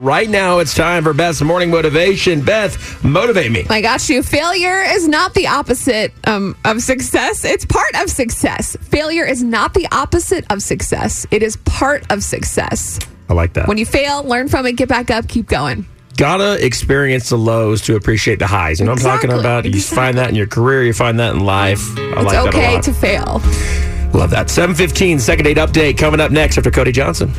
Right now, it's time for Beth's morning motivation. Beth, motivate me. I got you. Failure is not the opposite um, of success. It's part of success. Failure is not the opposite of success. It is part of success. I like that. When you fail, learn from it, get back up, keep going. Gotta experience the lows to appreciate the highs. You know what I'm talking Exactly, about? You find that in your career, you find that in life. I It's like okay that to fail. a lot. Love that. 715, second date update coming up next after Cody Johnson.